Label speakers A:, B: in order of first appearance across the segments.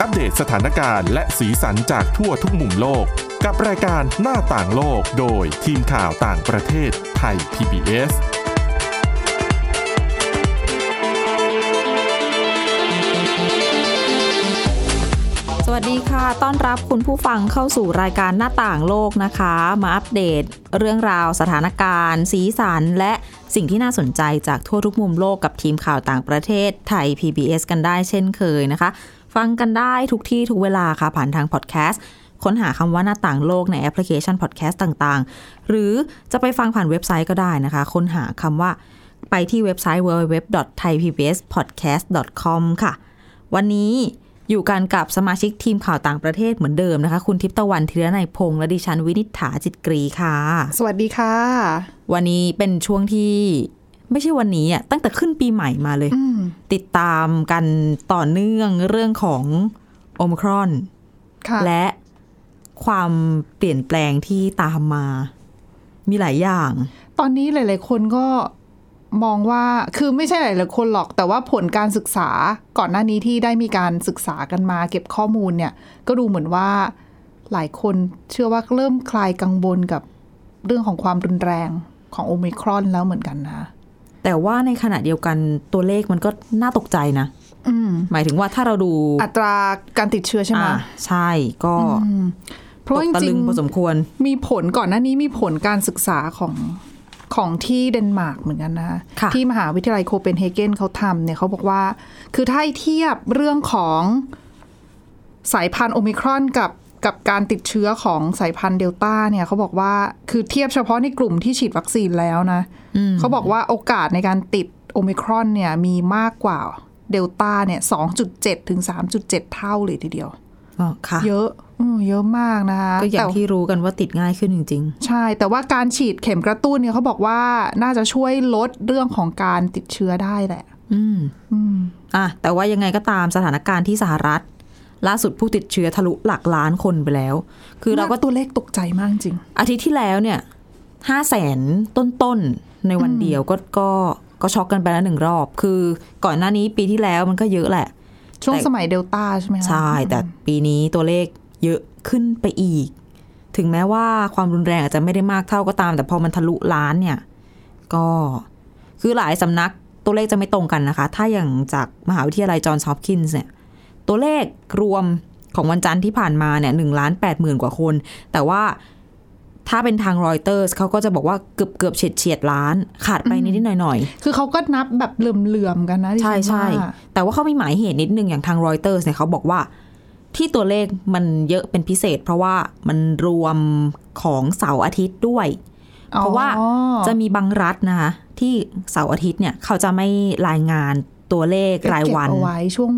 A: อัปเดตสถานการณ์และสีสันจากทั่วทุกมุมโลก กับรายการหน้าต่างโลกโดยทีมข่าวต่างประเทศไทย PBS
B: สวัสดีค่ะ ต้อนรับคุณผู้ฟังเข้าสู่รายการหน้าต่างโลกนะคะ มาอัปเดตเรื่องราวสถานการณ์ สีสัน และสิ่งที่น่าสนใจจากทั่วทุกมุมโลกกับทีมข่าวต่างประเทศไทย PBS กันได้เช่นเคยนะคะ ฟังกันได้ทุกที่ทุกเวลาค่ะ ผ่านทางพอดแคสต์ ค้นหาคำว่าหน้าต่างโลกในแอปพลิเคชันพอดแคสต์ต่างๆ หรือจะไปฟังผ่านเว็บไซต์ก็ได้นะคะ ค้นหาคำว่า ไปที่เว็บไซต์ www.thaipbspodcast.com ค่ะ วันนี้อยู่กันกับสมาชิกทีมข่าวต่างประเทศเหมือนเดิมนะคะ คุณทิพย์ตะวันธีรนัยพงษ์และดิฉันวินิษฐาจิตกรีค่ะ
C: สวัสดีค่ะ
B: วันนี้เป็นช่วงที่ไม่ใช่วันนี้อ่ะตั้งแต่ขึ้นปีใหม่มาเลย
C: อืม
B: ติดตามกันต่อเนื่องเรื่องของโอมครอน
C: ค่ะ
B: และความเปลี่ยนแปลงที่ตามมา มีหลายอย่าง
C: ตอนนี้หลาย ๆ คนก็มองว่า คือไม่ใช่หลาย ๆ คนหรอก แต่ว่าผลการศึกษาก่อนหน้านี้ที่ได้มีการศึกษากันมา เก็บข้อมูลเนี่ย ก็ดูเหมือนว่าหลายคนเชื่อว่าเริ่มคลายกังวลกับเรื่องของความรุนแรงของโอมิครอนแล้วเหมือนกันนะ
B: แต่ว่าในขณะเดียวกันตัวเลขมันก็น่าตกใจนะ
C: อืม
B: หมายถึงว่าถ้าเราดู
C: อัตราการติดเชื้อใช่ไหม
B: อ่ะใช่ก็
C: อืมเพ
B: ต
C: ราะว่ากจ
B: ตะ
C: ริ
B: ลึ
C: ง
B: งพอสมควร
C: ๆมีผลก่อนหน้านี้มีผลการศึกษาของของที่เดนมาร์กเหมือนกันนะ
B: ค่ะ
C: ที่มหาวิทยาลัยโคเปนเฮเกนเขาทำเนี่ยเขาบอกว่า คือถ้าให้เทียบเรื่องของสายพันธุ์โอมิครอนกับกับการติดเชื้อของสายพันธุ์เดลต้าเนี่ยเขาบอกว่าคือเทียบเฉพาะในกลุ่มที่ฉีดวัคซีนแล้วนะเขาบอกว่าโอกาสในการติดโอมิครอนเนี่ยมีมากกว่าเดลต้าเนี่ยสองจุดเจ็ดถึงสามจุดเจ็ดเท่าเลยทีเดียว
B: อ๋อค่ะ
C: เยอะอืมเยอะมากนะคะ
B: ก็อย่าง
C: แต่
B: ที่รู้กันว่าติดง่ายขึ้นจริง
C: ใช่ แต่ว่าการฉีดเข็มกระตุ้นเนี่ยเขาบอกว่าน่าจะช่วยลดเรื่องของการติดเชื้อได้แหละ
B: ๆ อืม
C: อืม
B: อ่ะแต่ว่ายังไงก็ตามสถานการณ์ที่สหรัฐ ล่าสุดผู้ติดเชื้อทะลุหลักล้านคนไปแล้ว คือเราก็
C: ตัวเลขตกใจมากจริง
B: อาทิตย์ที่แล้วเนี่ยห้าแสนต้นๆ ในวันเดียวก็ก็ก็ช็อกกันไปแล้วหนึ่งรอบ คือก่อนหน้านี้ปีที่แล้วมันก็เยอะแหละ
C: ช่วง
B: แต่
C: สมัยเดลต้าใช่ไหมคะ
B: ใช่แต่ปีนี้ตัวเลขเยอะขึ้นไปอีก ถึงแม้ว่าความรุนแรงอาจจะไม่ได้มากเท่าก็ตาม แต่พอมันทะลุล้านเนี่ย ก็คือหลายสำนักตัวเลขจะไม่ตรงกันนะคะ ถ้าอย่างจากมหาวิทยาลัยจอห์นส์ฮอปกินส์เนี่ย ตัวเลขรวมของวันจันทร์ที่ผ่านมาเนี่ยหนึ่งล้านแปดหมื่นกว่าคน แต่ว่าถ้าเป็นทางรอยเตอร์สเขาก็จะบอกว่าเกือบเกือบเฉียดเฉียดๆล้าน ขาดไปนิดๆหน่อยๆ
C: คือเขาก็นับแบบเหลื่อมๆกันนะดิฉั
B: ใช่
C: น
B: ใช่
C: ว่า
B: แต่ว่าเขามีหมายเหตุนิดนึง อย่างทางรอยเตอร์เนี่ยเขาบอกว่า ที่ตัวเลขมันเยอะเป็นพิเศษ เพราะว่ามันรวมของเสาร์อาทิตย์ด้วย
C: อ๋อ
B: เพราะว่าจะมีบางรัฐนะคะที่เสาร์อาทิตย์เนี่ยเขาจะไม่รายงานตัวเลขรายวัน
C: เก็บเอาไว้ช่วง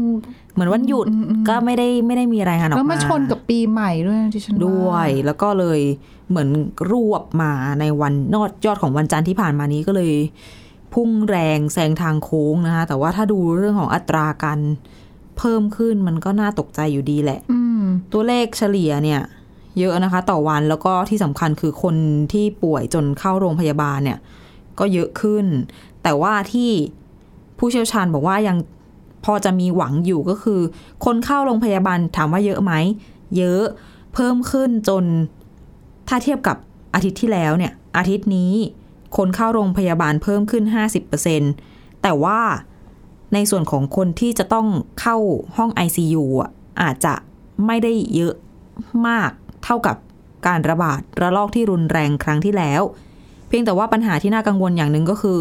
B: เหมือนวันหยุด
C: อืมอืมอืม
B: ก็ไม่ได้ไม่ได้มีรายงานออกมา
C: แล้วมาชนกับปีใหม่ด้วยนะดิฉันว่า
B: ด้วยแล้วก็เลยเหมือนรวบมาในวันนอดยอดของวันจันทร์ที่ผ่านมานี้ก็เลย พุ่งแรงแซงทางโค้งนะคะแต่ว่าถ้าดูเรื่องของอัตราการเพิ่มขึ้นมันก็น่าตกใจอยู่ดีแหละ
C: อืม
B: ตัวเลขเฉลี่ยเนี่ย เยอะนะคะ ต่อวันแล้วก็ที่สำคัญคือคนที่ป่วยจนเข้าโรงพยาบาลเนี่ย ก็เยอะขึ้น แต่ว่าที่ผู้เชี่ยวชาญบอกว่ายังพอจะมีหวังอยู่ก็คือ คนเข้าโรงพยาบาลถามว่าเยอะไหม เยอะเพิ่มขึ้นจนถ้าเทียบกับอาทิตย์ที่แล้วเนี่ย อาทิตย์นี้คนเข้าโรงพยาบาลเพิ่มขึ้น 50%แต่ว่าในส่วนของคนที่จะต้องเข้าห้อง ICU อ่ะอาจจะไม่ได้เยอะมากเท่ากับการระบาดระลอกที่รุนแรงครั้งที่แล้ว เพียงแต่ว่าปัญหาที่น่ากังวลอย่างหนึ่งก็คือ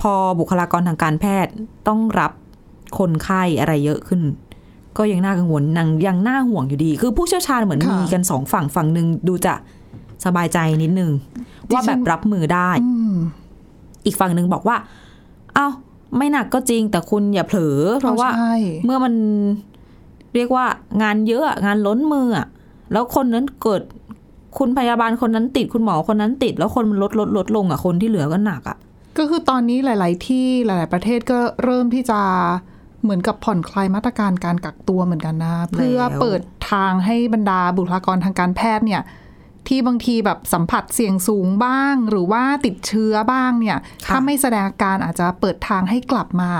B: พอบุคลากรทางการแพทย์ต้องรับคนไข้อะไรเยอะขึ้น ก็ยังน่ากังวลยังยังน่าห่วงอยู่ดี คือผู้เชี่ยวชาญเหมือน
C: ค่ะ
B: มีกันสองฝั่งฝั่งหนึ่งดูจะสบายใจนิดนึง
C: ดิฉัน
B: ว่าแบบรับมือได้
C: อืม
B: อีกฝั่งหนึ่งบอกว่า เอ้าไม่หนักก็จริง แต่คุณอย่าเผลอ เพราะว่า
C: ใช่
B: เมื่อมันเรียกว่างานเยอะอะงานล้นมืออะแล้วคนนั้นเกิดคุณพยาบาลคนนั้นติดคุณหมอคนนั้นติด แล้วคนมันลดลดลดลงอะคนที่เหลือก็หนักอะ
C: ก็คือตอนนี้หลาย ๆ ที่หลาย ๆ ประเทศก็เริ่มที่จะเหมือนกับผ่อนคลายมาตรการการกักตัวเหมือนกันนะ เพื่อเปิดทางให้บรรดาบุคลากรทางการแพทย์เนี่ย ที่บางทีแบบสัมผัสเสี่ยงสูงบ้าง หรือว่าติดเชื้อบ้างเนี่ย ถ้าไม่แสดงอาการอาจจะเปิดทางให้กลับมา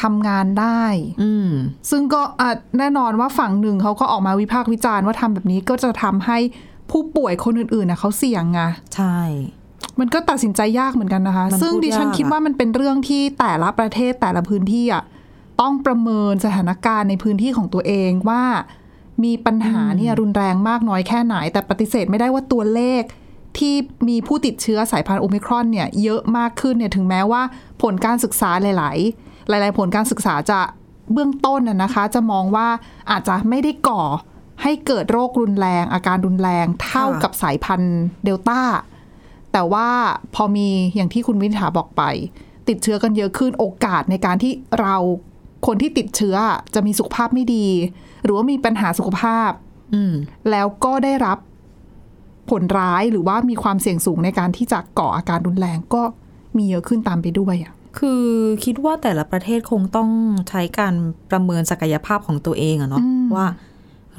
C: ทำงานได้
B: อืม
C: ซึ่งก็อ่ะแน่นอนว่าฝั่งหนึ่งเขาก็ออกมาวิพากษ์วิจารณ์ว่าทำแบบนี้ก็จะทำให้ผู้ป่วยคนอื่นๆนะเขาเสี่ยงไง
B: ใช่
C: มันก็ตัดสินใจยากเหมือนกันนะคะ
B: มัน
C: ซึ่ง
B: พูด
C: ดิฉัน
B: ยากอะ
C: คิดว่ามันเป็นเรื่องที่แต่ละประเทศแต่ละพื้นที่อ่ะต้องประเมินสถานการณ์ในพื้นที่ของตัวเองว่ามีปัญหาเนี่ยรุนแรงมากน้อยแค่ไหน แต่ปฏิเสธไม่ได้ว่าตัวเลขที่มีผู้ติดเชื้อสายพันธุ์โอมิครอนเนี่ยเยอะมากขึ้นเนี่ยถึงแม้ว่าผลการศึกษาหลาย ๆ หลาย ๆ ผลการศึกษาจะเบื้องต้นน่ะนะคะ จะมองว่าอาจจะไม่ได้ก่อให้เกิดโรครุนแรง อาการรุนแรงเท่ากับสายพันธุ์เดลต้า แต่ว่าพอมีอย่างที่คุณวินถาบอกไป ติดเชื้อกันเยอะขึ้นโอกาสในการที่เราคนที่ติดเชื้อจะมีสุขภาพไม่ดี หรือว่ามีปัญหาสุขภาพ
B: อืม
C: แล้วก็ได้รับผลร้ายหรือว่ามีความเสี่ยงสูงในการที่จะก่ออาการรุนแรงก็มีเยอะขึ้นตามไปด้วยอะ
B: คือคิดว่าแต่ละประเทศคงต้องใช้การประเมินศักยภาพของตัวเองอะเนาะว่า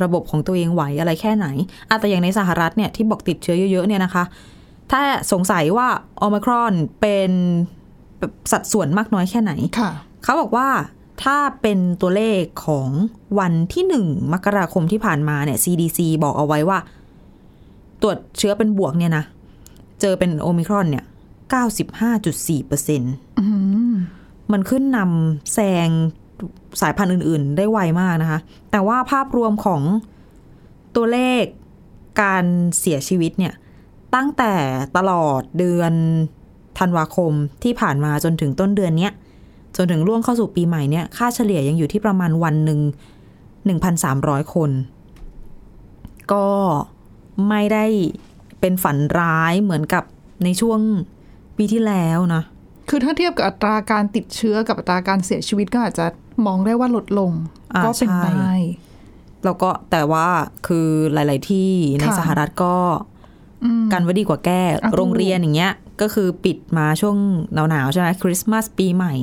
B: ระบบของตัวเองไหวอะไรแค่ไหนอะแต่อย่างในสหรัฐเนี่ยที่บอกติดเชื้อเยอะๆเนี่ยนะคะ ถ้าสงสัยว่าโอมครอนเป็นสัดส่วนมากน้อยแค่ไหน
C: ค่ะ
B: เขาบอกว่าถ้าเป็นตัวเลขของวันที่หนึ่งมกราคมที่ผ่านมาเนี่ย CDC บอกเอาไว้ว่า ตรวจเชื้อเป็นบวกเนี่ยนะ เจอเป็นโอมิครอนเนี่ย 95.4เปอร์เซ็นต์มันขึ้นนำแซงสายพันธุ์อื่น ๆ ได้ไวมากนะคะ แต่ว่าภาพรวมของตัวเลขการเสียชีวิตเนี่ย ตั้งแต่ตลอดเดือนธันวาคมที่ผ่านมาจนถึงต้นเดือนเนี้ย จนถึงล่วงเข้าสู่ปีใหม่เนี่ย ค่าเฉลี่ยยังอยู่ที่ประมาณวันหนึ่ง 1,300 คน ก็ไม่ได้เป็นฝันร้ายเหมือนกับในช่วงปีที่แล้วนะ
C: คือถ้าเทียบกับอัตราการติดเชื้อกับอัตราการเสียชีวิตก็อาจจะมองได้ว่าลดลง
B: อ่า
C: ก็เป็น
B: ใช่
C: ได้
B: แล้วก็แต่ว่าคือหลาย ๆ ที่ใน
C: ค่ะ
B: สหรัฐก็กันไว้ดีกว่าแก้
C: อ่ะถูก
B: โรงเรียนอย่างเงี้ย ก็คือปิดมาช่วงหนาวๆใช่ไหมคริสต์มาสปีใหม่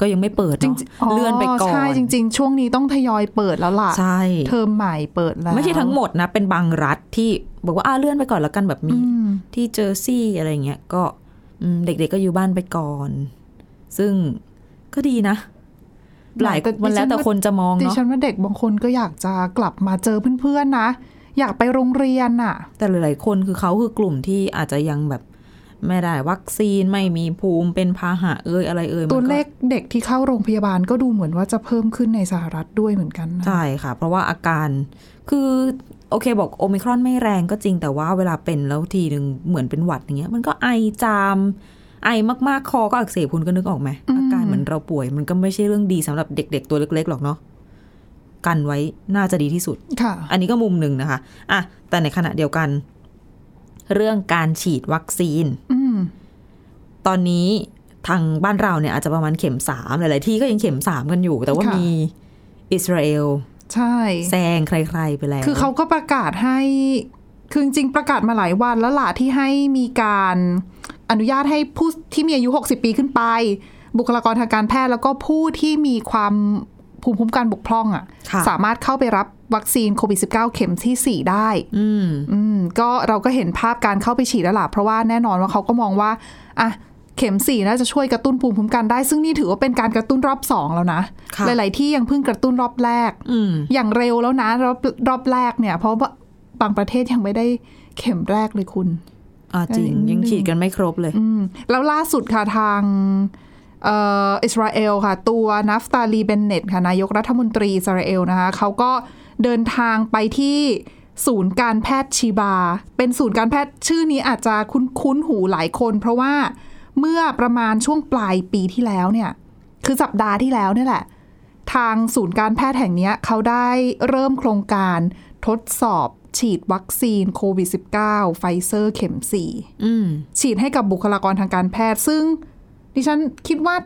B: ก็ยังไม่เปิด
C: จริง
B: เนาะ
C: ๆ
B: เลื่อนไปก่อน
C: ใช่จริง ๆ ช่วงนี้ต้องทยอยเปิดแล้วล่ะ
B: ใช่
C: เทอมใหม่เปิดแล้ว
B: ไม่ใช่ทั้งหมดนะ เป็นบางรัฐที่บอกว่าอ่าเลื่อนไปก่อนแล้วกันแบบมี
C: อืม
B: ที่เจอร์ซีย์อะไรเงี้ยก็อืมเด็กๆก็อยู่บ้านไปก่อน ซึ่งก็ดีนะ หลาย
C: แต่ดิฉัน
B: มันแล้วแต่คนจะมอง
C: ดิ
B: เนาะ
C: ฉันว่าเด็กบางคนก็อยากจะกลับมาเจอเพื่อนๆนะ อยากไปโรงเรียนน่ะ
B: แต่หลายๆคนคือเขาคือกลุ่มที่อาจจะยังแบบ ไม่ได้วัคซีนไม่มีภูมิเป็นพาหะเอ่ยอะไรเอ่ยมันก็
C: ตัวเลขเด็กที่เข้าโรงพยาบาลก็ดูเหมือนว่าจะเพิ่มขึ้นในสหรัฐด้วยเหมือนกันนะ
B: ใช่ค่ะ เพราะว่าอาการคือโอเคบอกโอมิครอนไม่แรงก็จริงแต่ว่าเวลาเป็นแล้วทีหนึ่งเหมือนเป็นหวัดอย่างเงี้ย มันก็ไอจาม ไอมากๆคอก็อักเสบคุณก็นึกออกไหมอาการเหมือนเราป่วย มันก็ไม่ใช่เรื่องดีสำหรับเด็ก ๆ ตัวเล็ก ๆ หรอกเนาะกันไว้น่าจะดีที่สุด
C: ค่ะ
B: อันนี้ก็มุมหนึ่งนะคะอ่ะแต่ในขณะเดียวกัน เรื่องการฉีดวัคซีน
C: อืม
B: ตอนนี้ทางบ้านเราเนี่ยอาจจะประมาณเข็มสามหลาย ๆ ที่ก็ยังเข็มสามกันอยู่ แต่ว่ามีอิสราเอล
C: ใช่
B: แซงใคร ๆ ไปแล้ว
C: คือเขาก็ประกาศให้ คือจริงๆประกาศมาหลายวันแล้วล่ะที่ให้มีการอนุญาตให้ผู้ที่มีอายุ 60 ปีขึ้นไป บุคลากรทางการแพทย์แล้วก็ผู้ที่มีความภูมิคุ้มกันบกพร่องอะ
B: ค่ะ
C: สามารถเข้าไปรับวัคซีนโควิด -19 เข็มที่ 4 ได้
B: อืม
C: อืมก็เราก็เห็นภาพการเข้าไปฉีดแล้วล่ะเพราะว่าแน่นอนว่าเขาก็มองว่าอ่ะเข็มสี่น่าจะช่วยกระตุ้นภูมิคุ้มกันได้ ซึ่งนี่ถือว่าเป็นการกระตุ้นรอบสองแล้วนะ
B: ค่ะ
C: หลาย ๆ ที่ยังเพิ่งกระตุ้นรอบแรก
B: อืม
C: อย่างเร็วแล้วนะรอบรอบแรกเนี่ย เพราะว่าบางประเทศยังไม่ได้เข็มแรกเลยคุณ
B: อ่าจริง
C: เอ้ย
B: ยังฉีดกันไม่ครบเลย
C: อืมแล้วล่าสุดค่ะทางเอ่ออิสราเอลค่ะ ตัวนัฟตาลีเบนเนตค่ะนายกรัฐมนตรีอิสราเอลนะคะเขาก็เดินทางไปที่ศูนย์การแพทย์ชิบา เป็นศูนย์การแพทย์ชื่อนี้อาจจะคุ้นคุ้นหูหลายคน เพราะว่าเมื่อประมาณช่วงปลายปีที่แล้วเนี่ย คือสัปดาห์ที่แล้วเนี่ยแหละ ทางศูนย์การแพทย์แห่งเนี้ยเขาได้เริ่มโครงการทดสอบฉีดวัคซีนโควิด -19 ไฟเซอร์เข็ม 4
B: อืม
C: ฉีดให้กับบุคลากรทางการแพทย์ ซึ่ง ดิฉันคิดว่า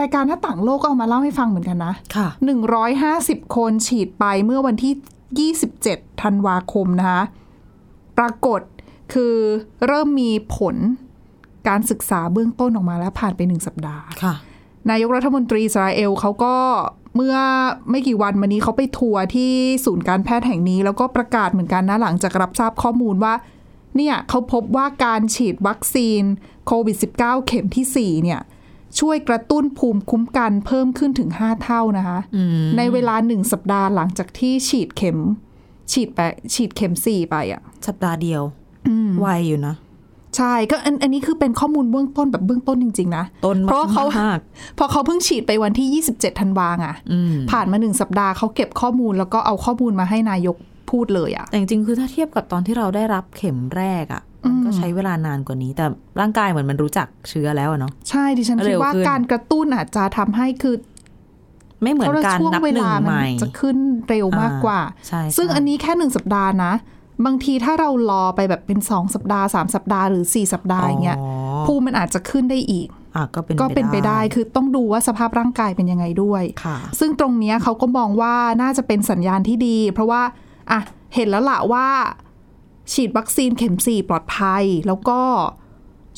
C: รายการหน้าต่างโลกก็เอามาเล่าให้ฟังเหมือนกันนะ
B: ค่ะ
C: 150 คนฉีดไปเมื่อวันที่ 27 ธันวาคมนะคะ ปรากฏคือเริ่มมีผลการศึกษาเบื้องต้นออกมาแล้วผ่านไป 1 สัปดาห์
B: ค่ะ
C: นายกรัฐมนตรีอิสราเอลเขาก็เมื่อไม่กี่วันมานี้เขาไปทัวร์ที่ศูนย์การแพทย์แห่งนี้ แล้วก็ประกาศเหมือนกันนะหลังจากรับทราบข้อมูลว่า เนี่ยเขาพบว่าการฉีดวัคซีนโควิด -19 เข็มที่ 4 เนี่ย ช่วยกระตุ้นภูมิคุ้มกันเพิ่มขึ้นถึง 5 เท่านะคะ
B: อืม
C: ในเวลาหนึ่งสัปดาห์หลังจากที่ฉีดเข็ม ฉีดไปฉีดเข็มสี่ไปอ่ะ
B: สัปดาห์เดียวไวอยู่นะ
C: ใช่ก็อันอันนี้คือเป็นข้อมูลเบื้องต้นแบบเบื้องต้นจริง ๆ นะ
B: ต้น
C: เพราะเขา
B: มาก
C: พอเขาเพิ่งฉีดไปวันที่ 27 ธันวาไง
B: ๆอืม
C: ผ่านมาหนึ่งสัปดาห์เขาเก็บข้อมูลแล้วก็เอาข้อมูลมาให้นายกพูดเลยอ่ะ
B: แต่จริงๆ คือถ้าเทียบกับตอนที่เราได้รับเข็มแรกอะ่ะ มันก็ใช้เวลานานกว่านี้ แต่ร่างกายเหมือนมันรู้จักเชื้อแล้วอะเนาะ
C: ใช่ดิฉัน
B: เร็
C: คิด
B: ว
C: ว่า
B: ขึ้น
C: การกระตุ้นอาจจะทำให้คือ
B: ไม่เหมือนการ
C: ช่วง
B: นับ
C: เว
B: หนึ่
C: ลาง
B: ให
C: มั
B: ม่
C: จะขึ้นเร็วมากกว่า
B: ใช่ใช่
C: ซึ่งอันนี้แค่หนึ่งสัปดาห์นะ บางทีถ้าเรารอไปแบบเป็นสองสัปดาห์สามสัปดาห์หรือสี่สัปดาห์อย่างเงี้ย
B: อ๋อ
C: ภูมิมันอาจจะขึ้นได้อีก
B: อ่ะก็เป็น
C: ก็เป็นไปได้คือต้องดูว่าสภาพร่างกายเป็นยังไงด้วย
B: ค่ะ
C: ซึ่งตรงเนี้ยเขาก็มองว่าน่าจะเป็นสัญญาณที่ดี เพราะว่าอ่ะเห็นแล้วล่ะว่า ฉีดวัคซีนเข็ม 4 ปลอดภัย แล้วก็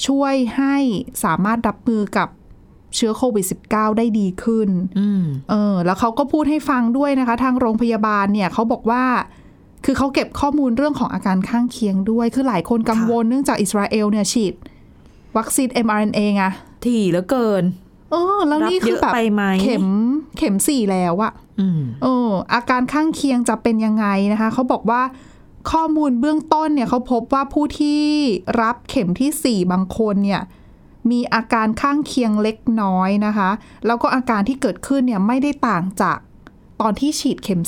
C: ช่วยให้สามารถรับมือกับเชื้อโควิด -19 ได้ดีขึ้น
B: อืม
C: เออแล้วเขาก็พูดให้ฟังด้วยนะคะ ทางโรงพยาบาลเนี่ยเขาบอกว่า คือเขาเก็บข้อมูลเรื่องของอาการข้างเคียงด้วย คือหลายคนกังวลเนื่องจากอิสราเอลเนี่ยฉีด วัคซีน mRNA ไง
B: ถี่เหลือเกิน
C: เออแล้วนี่คือแบ
B: รั
C: บบ
B: เยอะไปไหม
C: เข็มเข็มสี่แล้วอะ
B: อืม
C: เอออาการข้างเคียงจะเป็นยังไงนะคะ เขาบอกว่าข้อมูลเบื้องต้นเนี่ยเขาพบว่าผู้ที่รับเข็มที่ 4 บางคนเนี่ยมีอาการข้างเคียงเล็กน้อยนะคะ แล้วก็อาการที่เกิดขึ้นเนี่ยไม่ได้ต่างจากตอนที่ฉีดเข็ม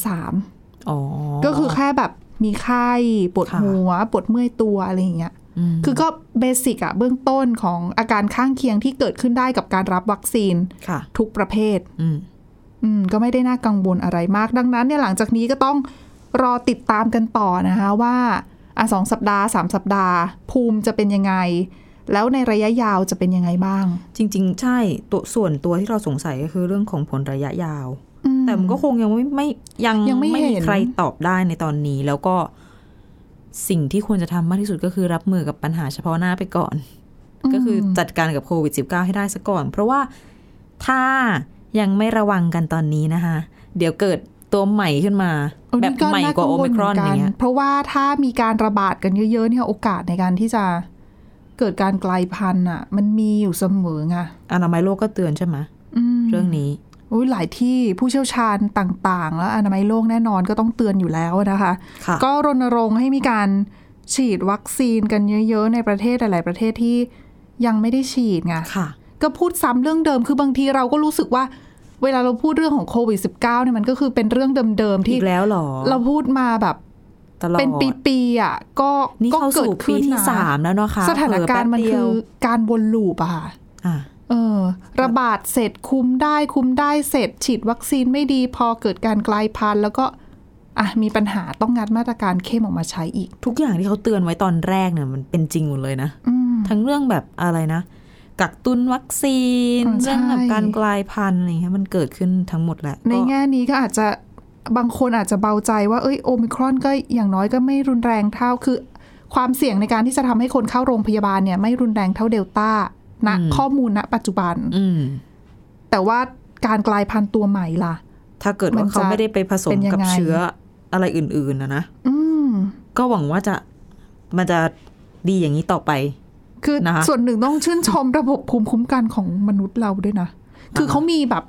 B: อ๋อ
C: 3 ก็คือแค่แบบมีไข้ปวด
B: ค่ะ
C: หัว ปวดเมื่อยตัวอะไรอย่างเงี้ย
B: ม
C: คือก็เบสิกอะเบื้องต้นของอาการข้างเคียงที่เกิดขึ้นได้กับการรับวัคซีน
B: ค่ะ
C: ทุกประเภท
B: อืม
C: อืมก็ไม่ได้น่ากังวลอะไรมาก ดังนั้นเนี่ยหลังจากนี้ก็ต้องรอติดตามกันต่อนะคะว่าอ่ะสองสัปดาห์สามสัปดาห์ ภูมิจะเป็นยังไง แล้วในระยะยาวจะเป็นยังไงบ้าง
B: จริง ๆ ใช่ตัวส่วนตัวที่เราสงสัยก็คือเรื่องของผลระยะยาว
C: อืม
B: แต่มันก็คงยังไม่ไม่ยัง
C: ยังไม่
B: มี
C: เห็น
B: ใครตอบได้ในตอนนี้ แล้วก็สิ่งที่ควรจะทำมากที่สุดก็คือรับมือกับปัญหาเฉพาะหน้าไปก่อน ก็คือจัดการกับโควิด -19 ให้ได้ซะก่อน เพราะว่าถ้ายังไม่ระวังกันตอนนี้นะคะ เดี๋ยวเกิดตัวใหม่ขึ้นมา
C: เออ
B: แบบ
C: นี่ก็
B: ใหม่
C: น่
B: กว่าโอ
C: วล
B: มิครอนอย่างเงี้ย
C: เพราะว่าถ้ามีการระบาดกันเยอะๆเนี่ยโอกาสในการที่จะเกิดการกลายพันธุ์อ่ะ มันมีอยู่เสมอไง
B: อนามัยโลกก็เตือนใช่ไหม
C: อืม
B: เรื่องนี้
C: โอ้ยหลายที่ผู้เชี่ยวชาญต่างๆ แล้วอนามัยโลกแน่นอนก็ต้องเตือนอยู่แล้วนะคะ
B: ค่ะ
C: ก็รณรงค์ให้มีการฉีดวัคซีนกันเยอะ ๆ ในประเทศหลายๆประเทศที่ยังไม่ได้ฉีดไง
B: ค่ะ
C: ก็พูดซ้ำเรื่องเดิมคือบางทีเราก็รู้สึกว่า เวลาเราพูดเรื่องของโควิด -19 เนี่ยมันก็คือเป็นเรื่องเดิม ๆ
B: อี
C: ที่
B: กแล้วเหรอ
C: เราพูดมาแบบ
B: ตลอด
C: เป็นปีๆอ่ะก็
B: นี่
C: ก็
B: เข้าสู่ปีที่
C: นะ
B: สามแล้วเนาะคะ
C: สถานการณ์มัน
B: เผล
C: คืออ
B: แป๊บเดียว
C: การวนลูปอะค่ะ
B: อ่ะ
C: เออระบาดเสร็จคุมได้คุมได้เสร็จ ฉีดวัคซีนไม่ดีพอเกิดการกลายพันธุ์แล้วก็อ่ะมีปัญหาต้องงัดมาตรการเข้มออกมาใช้อีก
B: ทุกอย่างที่เขาเตือนไว้ตอนแรกเนี่ยมันเป็นจริงหมดเลยนะ
C: อืม
B: ทั้งเรื่องแบบอะไรนะ กักตุนวัคซีน
C: อ่าใช่
B: เรื่องแบบการกลายพันธุ์อะไรเงี้ยมันเกิดขึ้นทั้งหมดแหละ
C: ในแง่นี้ก็อาจจะบางคนอาจจะเบาใจว่าเอ้ยโอมิครอนก็อย่างน้อยก็ไม่รุนแรงเท่าคือ ความเสี่ยงในการที่จะทำให้คนเข้าโรงพยาบาลเนี่ยไม่รุนแรงเท่าเดลต้าณข้อมูลณปัจจุบัน
B: อืม
C: แต่ว่าการกลายพันธุ์ตัวใหม่ล่ะ
B: ถ้าเกิดว่าเขาไม่ได้ไปผสม
C: มันจะเป็นยังไง
B: กับเชื้ออะไรอื่นๆนะนะ
C: อืม
B: ก็หวังว่าจะมันจะดีอย่างนี้ต่อไป
C: คือ
B: นะคะ
C: ส่วนหนึ่งต้องชื่นชมระบบภูมิคุ้มกันของมนุษย์เราด้วยนะ คือเขามีแบบ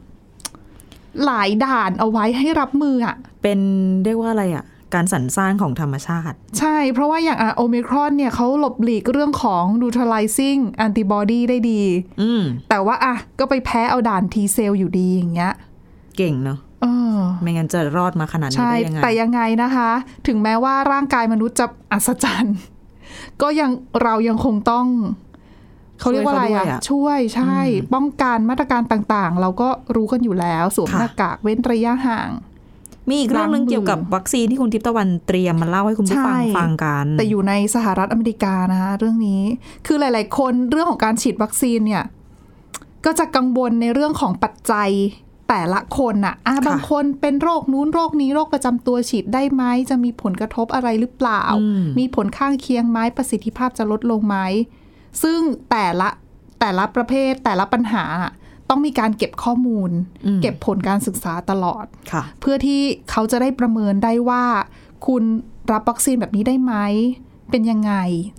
C: หลายด่านเอาไว้ให้รับมืออ่ะ
B: เป็นเรียกว่าอะไรอ่ะ การสรรสร้างของธรรมชาติ
C: ใช่ เพราะว่าอย่างโอมิครอนเนี่ยเขาหลบหลีกเรื่องของ neutralizing antibody ได้ดี
B: อืม
C: แต่ว่าอ่ะก็ไปแพ้เอาด่าน T เซลล์อยู่ดีอย่างเงี้ย
B: เก่งเนาะ
C: เออ
B: ไม่งั้นจะรอดมาขนาดนี้
C: ใช่
B: ได้ยังไง
C: แต่ยังไงนะคะ ถึงแม้ว่าร่างกายมนุษย์จะอัศจรรย์ ก็ยังเรายังคงต้อง เขาเรียกว่าอะไร
B: ช่ด้ย
C: อะช่วยใช่ ป้องกันมาตรการต่างๆ เราก็รู้กันอยู่แล้วสวม
B: ค่ะ
C: หน้ากากเว้นระยะห่าง
B: มีอีกเรื่องหนึ่ง
C: ล้างมือ
B: เกี่ยวกับวัคซีนที่คุณทิพย์ตะวันเตรียมมาเล่าให้คุณผู้ฟัง
C: ใช่
B: ฟังกัน
C: แต่อยู่ในสหรัฐอเมริกานะคะเรื่องนี้คือหลาย ๆ คนเรื่องของการฉีดวัคซีนเนี่ยก็จะกังวลในเรื่องของปัจจัยแต่ละคนน่ะอ่ะบางคนเป็นโรคนู้นโรคนี้โรคประจำตัวฉีดได้ไหมจะมีผลกระทบอะไรหรือเปล่า
B: อืม
C: มีผลข้างเคียงไหมประสิทธิภาพจะลดลงไหม ซึ่งแต่ละแต่ละประเภทแต่ละปัญหาต้องมีการเก็บข้อมูล
B: อืม
C: เก็บผลการศึกษาตลอด
B: ค่ะ
C: เพื่อที่เขาจะได้ประเมินได้ว่า คุณรับวัคซีนแบบนี้ได้ไหม เป็นยังไง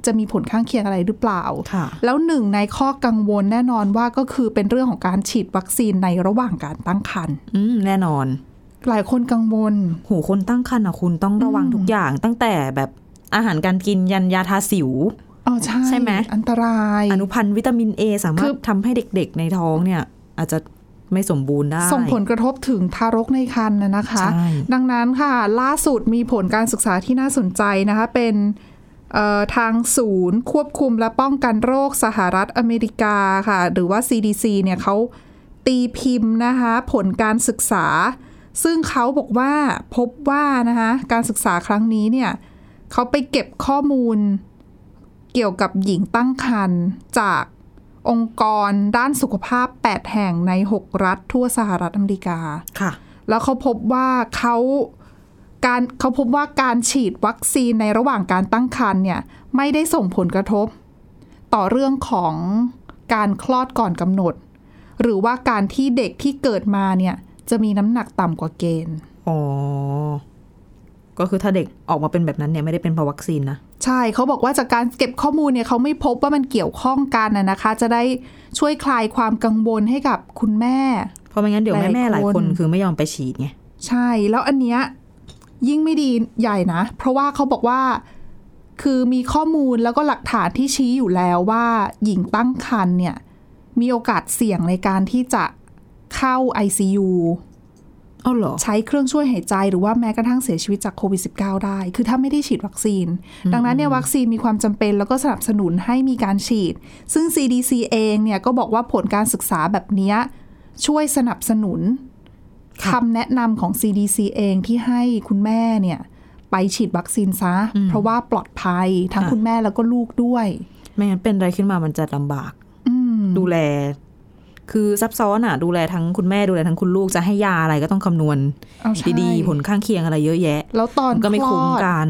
C: จะมีผลข้างเคียงอะไรหรือเปล่า
B: ค่ะ
C: แล้วหนึ่งในข้อกังวลแน่นอนว่าก็คือเป็นเรื่องของการฉีดวัคซีนในระหว่างการตั้งครรภ์
B: อืมแน่นอน
C: หลายคนกังวล
B: โหูคนตั้งครรภ์อ่ะคุณต้องระวัง
C: อืม
B: ทุกอย่างตั้งแต่แบบอาหารการกินยันยาทาสิว
C: อ๋อใช่
B: ใช่ไหม
C: อันตราย
B: อนุพันธ์วิตามิน A สามาร
C: คื
B: ถ
C: อ
B: ทำให้เด็กๆในท้องเนี่ย อาจจะไม่สมบูรณ์ได้
C: ส่งผลกระทบถึงทารกในครรภ์นะนะคะ
B: ใช่
C: ดังนั้นค่ะ ล่าสุดมีผลการศึกษาที่น่าสนใจนะคะ เป็นเอ่อทางศูนย์ควบคุมและป้องกันโรคสหรัฐอเมริกาค่ะ หรือว่า CDC เนี่ยเขาตีพิมพ์นะคะ ผลการศึกษา ซึ่งเขาบอกว่าพบว่านะคะการศึกษาครั้งนี้เนี่ยเขาไปเก็บข้อมูลเกี่ยวกับหญิงตั้งครรภ์จากองค์กรด้านสุขภาพ 8 แห่งใน 6 รัฐทั่วสหรัฐอเมริกา
B: ค่ะ
C: แล้วเขาพบว่าเขาการเขาพบว่าการฉีดวัคซีนในระหว่างการตั้งครรภ์เนี่ยไม่ได้ส่งผลกระทบ ต่อเรื่องของการคลอดก่อนกำหนด หรือว่าการที่เด็กที่เกิดมาเนี่ยจะมีน้ำหนักต่ำกว่าเกณฑ์
B: อ๋อ ก็คือถ้าเด็กออกมาเป็นแบบนั้นเนี่ยไม่ได้เป็นเพราะวัคซีนนะ
C: ใช่เขาบอกว่าจากการเก็บข้อมูลเนี่ยเขาไม่พบว่ามันเกี่ยวข้องกันนะนะคะ จะได้ช่วยคลายความกังวลให้กับคุณแม่
B: เพราะไม่งั้นเดี๋ยวแม่แม่ๆห
C: ห
B: ลา
C: ลายย
B: ค
C: คน น
B: คือไม่ยอมไปฉีดไง
C: ใช่แล้วอันเนี้ยยิ่งไม่ดีใหญ่นะ เพราะว่าเขาบอกว่าคือมีข้อมูลแล้วก็หลักฐานที่ชี้อยู่แล้วว่าหญิงตั้งครรภ์เนี่ยมีโอกาสเสี่ยงในการที่จะเข้า ICU
B: อ้าวเหรอ
C: ใช้เครื่องช่วยหายใจหรือว่าแม้กระทั่งเสียชีวิตจากโควิด -19 ได้ คือถ้าไม่ได้ฉีดวัคซีน ดังนั้นเนี่ยวัคซีนมีความจำเป็นแล้วก็สนับสนุนให้มีการฉีด ซึ่ง CDC เองเนี่ยก็บอกว่าผลการศึกษาแบบเนี้ยช่วยสนับสนุน
B: ค่ะ
C: คำแนะนำของ CDC เองที่ให้คุณแม่เนี่ยไปฉีดวัคซีนซะ เพราะว่าปลอดภัยทั้งคุณแม่แล้วก็ลูกด้วย
B: ไม่งั้นเป็นอะไรขึ้นมามันจะลำบาก
C: อืม
B: ดูแล คือซับซ้อนอ่ะ ดูแลทั้งคุณแม่ดูแลทั้งคุณลูกจะให้ยาอะไรก็ต้องคำนวณ
C: เอาใช่
B: ดีๆ ผลข้างเคียงอะไรเยอะแยะ
C: แล้วตอน
B: มันก็ไม่
C: คล
B: คุ้ม
C: อด
B: กัน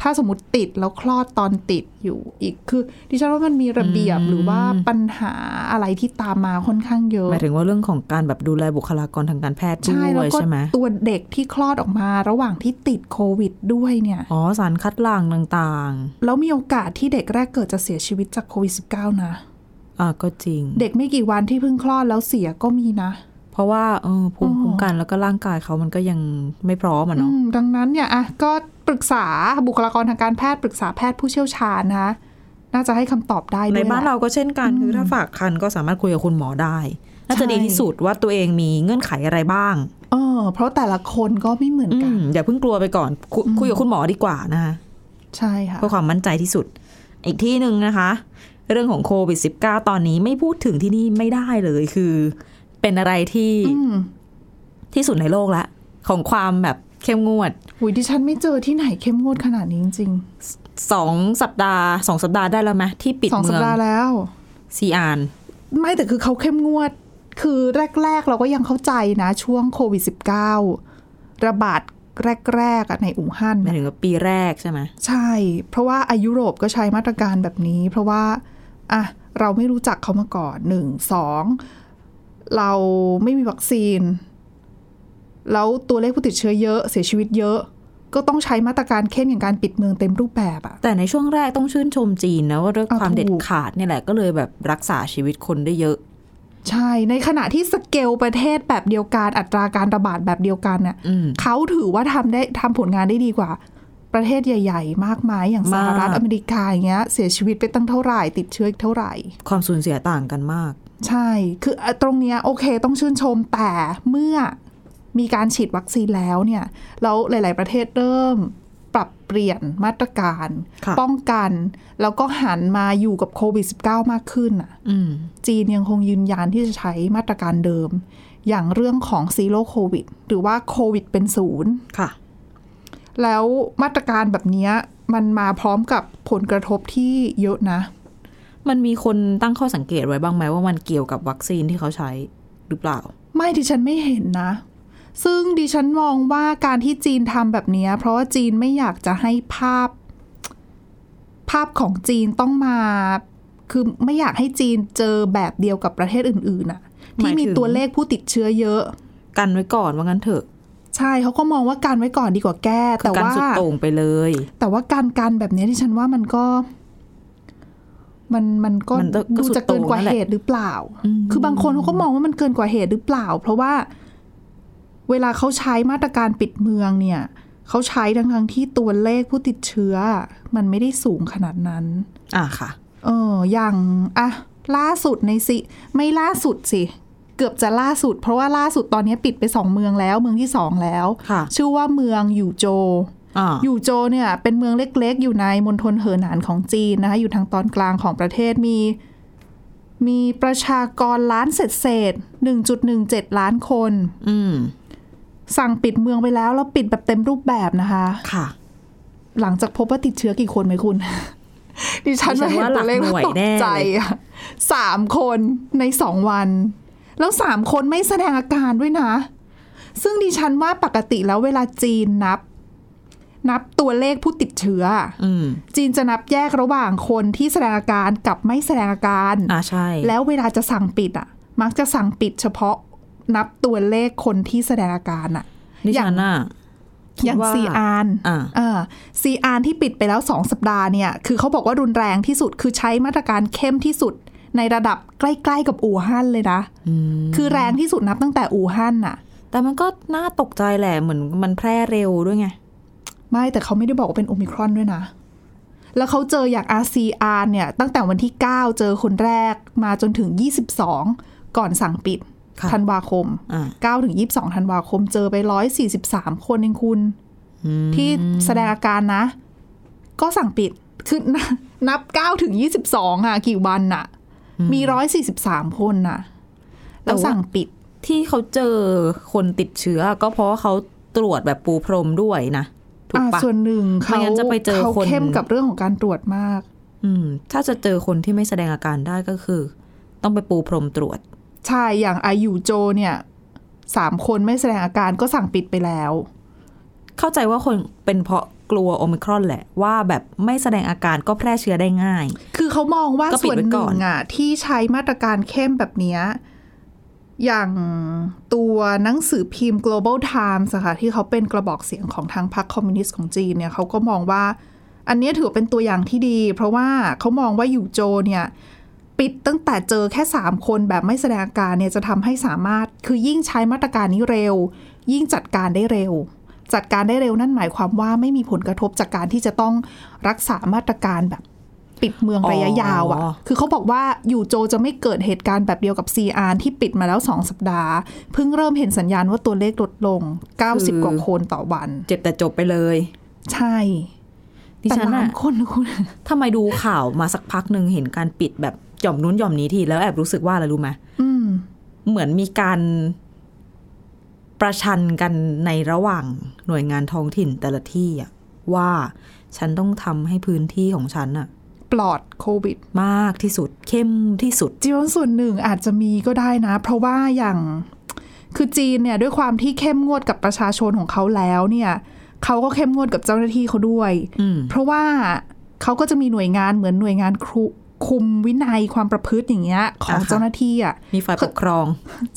C: ถ้าสมมติติดแล้วคลอดตอนติดอยู่อีกคือ ดิฉันว่ามันมีระเบียบหรือว่าปัญหาอะไรที่ตามมาค่อนข้างเยอะ
B: หมายถึงว่าเรื่องของการแบบดูแลบุคลากรทางการแพทย์ด้
C: ใช่แล้ว วย ก็
B: ใช่ไหม
C: ตัวเด็กที่คลอดออกมาระหว่างที่ติดโควิดด้วยเนี่ย
B: อ๋อสารคัดหลั่งต่าง
C: แล้วมีโอกาสที่เด็กแรกเกิดจะเสียชีวิตจากโควิด -19 นะ
B: ๆ อ่ะก็จริง
C: เด็กไม่กี่วันที่เพิ่งคลอดแล้วเสียก็มีนะ
B: เพราะว่าเออภูมิคุ้มกันแล้วก็ร่างกายเขามันก็ยังไม่พร้อมอ่ะเนาะ
C: อืมดังนั้นเนี่ยอ่ะก็ปรึกษาบุคลากรทางการแพทย์ปรึกษาแพทย์ผู้เชี่ยวชาญนะคะน่าจะให้คำตอบได้ด้
B: ใน
C: วย
B: บ้าน
C: แหละ
B: เราก็เช่นกันคือถ้าฝากคันก็สามารถคุยกับคุณหมอได้ น่าจะ
C: ใช่
B: ดีที่สุดว่าตัวเองมีเงื่อนไขอะไรบ้าง
C: เออเพราะแต่ละคนก็ไม่เหมือน
B: อื
C: กัน
B: มอย่าเพิ่งกลัวไปก่อนคุคุยกับคุณหมอดีกว่านะคะ
C: ใช่ค่ะ
B: เพื่อความมั่นใจที่สุด อีกที่หนึ่งนะคะ เรื่องของโควิด -19 ตอนนี้ไม่พูดถึงที่นี่ไม่ได้เลยคือ เป็นอะไรที่
C: อืม
B: ที่สุดในโลกละ ของความแบบเข้มงวด
C: หุยดิฉันไม่เจอที่ไหนเข้มงวดขนาดนี้จริง
B: สองสัปดาห์สองสัปดาห์ได้แล้วไหมที่ปิด
C: ๆสอง
B: เมื
C: สัป
B: อง
C: ดาห์แล้ว
B: ซีอาน
C: ไม่แต่คือเขาเข้มงวด คือแรก ๆ เราก็ยังเข้าใจนะช่วงโควิด -19 ระบาดแรกๆอะในอู่ฮั่น
B: หมาย
C: น่ะ
B: ถึงว่าปีแรกใช่ไหม
C: ใช่ เพราะว่าอายุโรปก็ใช้มาตรการแบบนี้ เพราะว่าอ่ะเราไม่รู้จักเขามาก่อนหนึ่งสองเราไม่มีวัคซีน แล้วตัวเลขผู้ติดเชื้อเยอะ เสียชีวิตเยอะ ก็ต้องใช้มาตรการเข้มอย่างการปิดเมืองเต็มรูปแบบอะ
B: แต่ในช่วงแรกต้องชื่นชมจีนนะว่าด้วย
C: เอา
B: ความ
C: ถูก
B: เด็ดขาดเนี่ยแหละก็เลยแบบรักษาชีวิตคนได้เยอะ
C: ใช่ ในขณะที่สเกลประเทศแบบเดียวกัน อัตราการระบาดแบบเดียวกันเนี่ย
B: อืม
C: เขาถือว่าทำได้ทำผลงานได้ดีกว่า ประเทศใหญ่ ๆ มากมายอย่างสหรัฐ
B: มาก
C: อเมริกาอย่างเงี้ย เสียชีวิตไปตั้งเท่าไหร่ ติดเชื้ออีกเท่าไหร่
B: ความสูญเสียต่างกันมาก
C: ใช่ คือเอ่อตรงเนี้ยโอเคต้องชื่นชมแต่เมื่อมีการฉีดวัคซีนแล้วเนี่ยแล้วหลาย ๆ ประเทศเริ่มปรับเปลี่ยนมาตรการ
B: ค่ะ
C: ป้องกัน แล้วก็หันมาอยู่กับโควิด -19 มากขึ้นอ่ะ
B: อืม
C: จีนยังคงยืนยันที่จะใช้มาตรการเดิม อย่างเรื่องของซีโร่โควิดหรือว่าโควิดเป็นศูนย์
B: ค่ะ
C: แล้วมาตรการแบบเนี้ยมันมาพร้อมกับผลกระทบที่เยอะนะ
B: มันมีคนตั้งข้อสังเกตไว้บ้างไหมว่ามันเกี่ยวกับวัคซีนที่เขาใช้หรือเปล่า
C: ไม่ดิฉันไม่เห็นนะ ซึ่งดิฉันมองว่าการที่จีนทำแบบเนี้ยเพราะว่าจีนไม่อยากจะให้ภาพ ภาพของจีนต้องมา คือไม่อยากให้จีนเจอแบบเดียวกับประเทศอื่นๆน่ะ ที่มี
B: หมายถึง
C: ตัวเลขผู้ติดเชื้อเยอะ
B: กันไว้ก่อนว่างั้นเถอะ
C: ใช่เขาก็มองว่าการไว้ก่อนดีกว่าแก้ แต่
B: การ
C: ว่า
B: สุดโต่งไปเลย
C: แต่ว่าการกันแบบเนี้ยที่ฉันว่ามันก็ มันมันก็
B: มันก็
C: ดูจะเกินกว่า
B: สุดโต่งนั่นแหละ
C: เหตุหรือเปล่า
B: อืม
C: คือบางคนเขาก็มองว่ามันเกินกว่าเหตุหรือเปล่า เพราะว่า เวลาเขาใช้มาตรการปิดเมืองเนี่ยเขาใช้ทั้งทั้งๆที่ตัวเลขผู้ติดเชื้อ มันไม่ได้สูงขนาดนั้น
B: อ่ะค่ะ
C: เอออย่างอะล่าสุดในสิ ไม่ล่าสุดสิ เกือบจะล่าสุด เพราะว่าล่าสุดตอนนี้ปิดไปสองเมืองแล้ว เมืองที่สองแล้ว
B: ค่ะ
C: ชื่อว่าเมืองอยู่โจ
B: อ่า
C: อยู่โจวเนี่ยเป็นเมืองเล็กๆ อยู่ในมณฑลเหอหนานของจีนนะคะอยู่ทางตอนกลางของประเทศมี มีประชากรล้านเศษเศษ1.17 ล้านคน
B: อืม
C: สั่งปิดเมืองไปแล้ว แล้วปิดแบบเต็มรูปแบบนะคะ
B: ค่ะ
C: หลังจากพบว่าติดเชื้อกี่คนไหม คุณ ดิฉัน
B: ดิฉัน
C: ไม่เห็น
B: ว่าหลั
C: ตั
B: ก
C: วเลข
B: หน่วย
C: แล้วตก
B: แน่เลย
C: ใจอะสามคนในสองวัน แล้วสามคนไม่แสดงอาการด้วยนะ ซึ่งดิฉันว่าปกติแล้วเวลาจีนนับ นับตัวเลขผู้ติดเชื้ออะ
B: อืม
C: จีนจะนับแยกระหว่างคนที่แสดงอาการกับไม่แสดงอาการ
B: อ่าใช่
C: แล้วเวลาจะสั่งปิดอ่ะ มักจะสั่งปิดเฉพาะนับตัวเลขคนที่แสดงอาการอ่ะ
B: ดิ
C: อย่าง
B: ฉันน่ะคิด
C: อย่าง
B: ว่
C: ซีอาร์น
B: อ่า
C: ซีอาร์นที่ปิดไปแล้ว 2 สัปดาห์เนี่ย คือเขาบอกว่ารุนแรงที่สุด คือใช้มาตรการเข้มที่สุดในระดับใกล้ๆกับอู่ฮั่นเลยนะ
B: อืม
C: คือแรงที่สุดนับตั้งแต่อู่ฮั่นน่ะ
B: แต่มันก็น่าตกใจแหละเหมือนมันแพร่เร็วด้วยไง
C: ไม่แต่เขาไม่ได้บอกว่าเป็นโอมิครอนด้วยนะ แล้วเขาเจออย่าง RCR เนี่ย ตั้งแต่วันที่ 9 เจอคนแรกมาจนถึง 22 ก่อนสั่งปิด
B: ค่ะ
C: ธันวาคม
B: อ่า
C: 9 ถึง 22 ธันวาคม เจอไป 143 คนเองคุณ
B: อืม
C: ที่แสดงอาการนะ ก็สั่งปิด คือ นับ 9 ถึง 22 อ่ะ กี่วันอ่ะ มี 143 คนน่ะ แล้วสั่งปิด
B: ที่เขาเจอคนติดเชื้อ ก็เพราะว่าเขาตรวจแบบปูพรมด้วยนะ ถูก
C: อ่ะ
B: ปะ
C: ส่วนหนึ่งเขา
B: ไม่งั้นจะไปเจอ
C: เขา
B: คน
C: เข้มกับเรื่องของการตรวจมาก
B: อืม ถ้าจะเจอคนที่ไม่แสดงอาการได้ก็คือ ต้องไปปูพรมตรวจ
C: ใช่ อย่างอายุโจเนี่ยสามคนไม่แสดงอาการก็สั่งปิดไปแล้ว
B: เข้าใจว่าคนเป็นเพราะกลัวโอมิครอนแหละ ว่าแบบไม่แสดงอาการก็แพร่เชื้อได้ง่าย
C: คือเขามองว่า
B: ก็ปิด
C: ส่วน
B: ไว้
C: ห
B: ก่
C: นึ่
B: อน
C: งอะที่ใช้มาตรการเข้มแบบเนี้ยอย่างตัวหนังสือพิมพ์ global times อะค่ะที่เขาเป็นกระบอกเสียงของทางพรรคคอมมิวนิสต์ของจีนเนี่ยเขาก็มองว่า อันเนี้ยถือเป็นตัวอย่างที่ดี เพราะว่าเขามองว่าอยู่โจเนี่ย ปิดตั้งแต่เจอแค่ 3 คนแบบไม่แสดงอาการเนี่ยจะทำให้สามารถคือยิ่งใช้มาตรการนี้เร็ว ยิ่งจัดการได้เร็ว จัดการได้เร็วนั่นหมายความว่าไม่มีผลกระทบจากการที่จะต้องรักษามาตรการแบบปิดเมืองระยะยาว
B: อ๋อ
C: อะ่ะ คือเขาบอกว่าอยู่โจจะไม่เกิดเหตุการณ์แบบเดียวกับ CR ที่ปิดมาแล้ว 2 สัปดาห์ เพิ่งเริ่มเห็นสัญญาณว่าตัวเลขลดลง 90 กว่าคนต่อวัน
B: เจ็บแต่จบไปเลย
C: ใช่
B: ดิ
C: แต่
B: ฉัน
C: ล้า
B: อะ
C: นคนนะคุณ
B: ทำไมดูข่าวมาสักพักหนึ่งเห็นการปิดแบบหย่อมนู้นหย่อมนี้ทีแล้วแอบรู้สึกว่าอะไรรู้ไหม
C: อืม
B: เหมือนมีการประชันกันในระหว่างหน่วยงานท้องถิ่นแต่ละที่อะว่าฉันต้องทำให้พื้นที่ของฉันอะ
C: ปลอดโควิด
B: มากที่สุดเข้มที่สุด
C: จีนส่วนหนึ่งอาจจะมีก็ได้นะ เพราะว่าอย่างคือจีนเนี่ยด้วยความที่เข้มงวดกับประชาชนของเขาแล้วเนี่ยเขาก็เข้มงวดกับเจ้าหน้าที่เขาด้วย
B: อืม
C: เพราะว่าเขาก็จะมีหน่วยงานเหมือนหน่วยงานครูคุมวินัยความประพฤติอย่างเงี้ยของ
B: อ่าค่ะ
C: เจ้าหน้าที่อ่ะ
B: มีฝ่ายปกครอง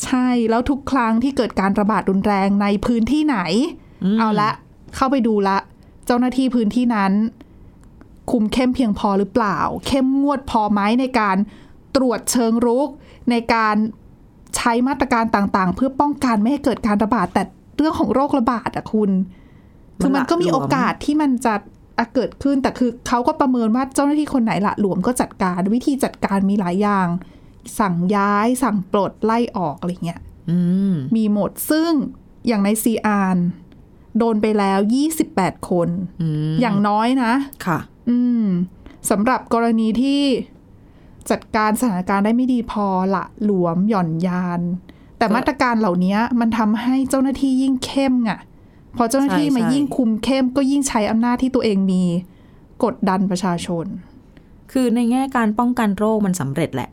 C: ใช่แล้วทุกครั้งที่เกิดการระบาดรุนแรงในพื้นที่ไหน
B: อืม
C: เอาละเข้าไปดูละ เจ้าหน้าที่พื้นที่นั้น คุมเข้มเพียงพอหรือเปล่า เข้มงวดพอไหมในการตรวจเชิงรุก ในการใช้มาตรการต่างๆ เพื่อป้องกันไม่ให้เกิดการระบาดแต่เรื่องของโรคระบาดอะคุณ คือมันก็มีโอกาสที่มันจะอ่ะเกิดขึ้น แต่คือเขาก็ประเมินว่าเจ้าหน้าที่คนไหนละหลวมก็จัดการวิธีจัดการมีหลายอย่าง สั่งย้าย สั่งปลดไล่ออกอะไรเงี้ย
B: อืม
C: มีหมดซึ่งอย่างในซีอานโดนไปแล้ว 28 คน
B: อืม
C: อย่างน้อยนะ
B: ค่ะ
C: อืมสำหรับกรณีที่จัดการสถานการณ์ได้ไม่ดีพอละหลวมหย่อนยาน แต่
B: ก็
C: มาตรการเหล่านี้มันทำให้เจ้าหน้าที่ยิ่งเข้มไงพอเจ้าหน้าที่
B: ใช่
C: มา
B: ใช่
C: ยิ่งคุมเข้มก็ยิ่งใช้อำนาจที่ตัวเองมี กดดันประชาชน
B: คือในแง่การป้องกันโรคมันสำเร็จแหละ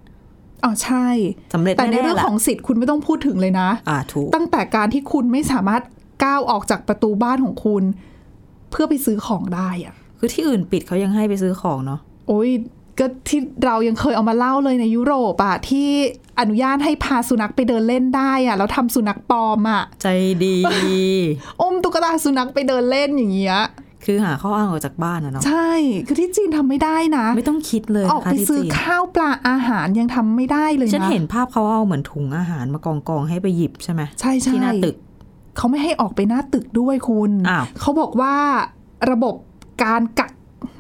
C: อ๋อใช่
B: สำเร็จ
C: แต่ใน
B: แน่
C: เรื่อ
B: ๆ
C: ง
B: ล่ะ
C: ของสิทธิ์คุณไม่ต้องพูดถึงเลยนะ
B: อ่าถูก
C: ตั้งแต่การที่คุณไม่สามารถก้าวออกจากประตูบ้านของคุณ เพื่อไปซื้อของได้อะ
B: คือที่อื่นปิดเขายังให้ไปซื้อของเนาะ
C: โอ้ย ก็ที่เรายังเคยเอามาเล่าเลยในยุโรปอะที่อนุญาตให้พาสุนัขไปเดินเล่นได้อะแล้วทำสุนัขปลอมอะ
B: ใจดี
C: อมตุ๊กตาสุนัขไปเดินเล่นอย่างเงี้ย
B: คือหาข้ออ้างออกจากบ้านอะเนาะ
C: ใช่ คือที่จีนทำไม่ได้นะ
B: ไม่ต้องคิดเลย
C: ออก
B: นะคะ
C: ไป
B: ที่
C: ซื้อ
B: จีน
C: ข้าวปลาอาหารยังทำไม่ได้เลยนะ
B: ฉันเห็นภาพเขาเอาเหมือนถุงอาหารมากองกองๆให้ไปหยิบใช่ไหม
C: ใช่ใช่
B: ที่หน้าตึก
C: เขาไม่ให้ออกไปหน้าตึกด้วยคุณ
B: อ้าว
C: เขาบอกว่าระบบการกัก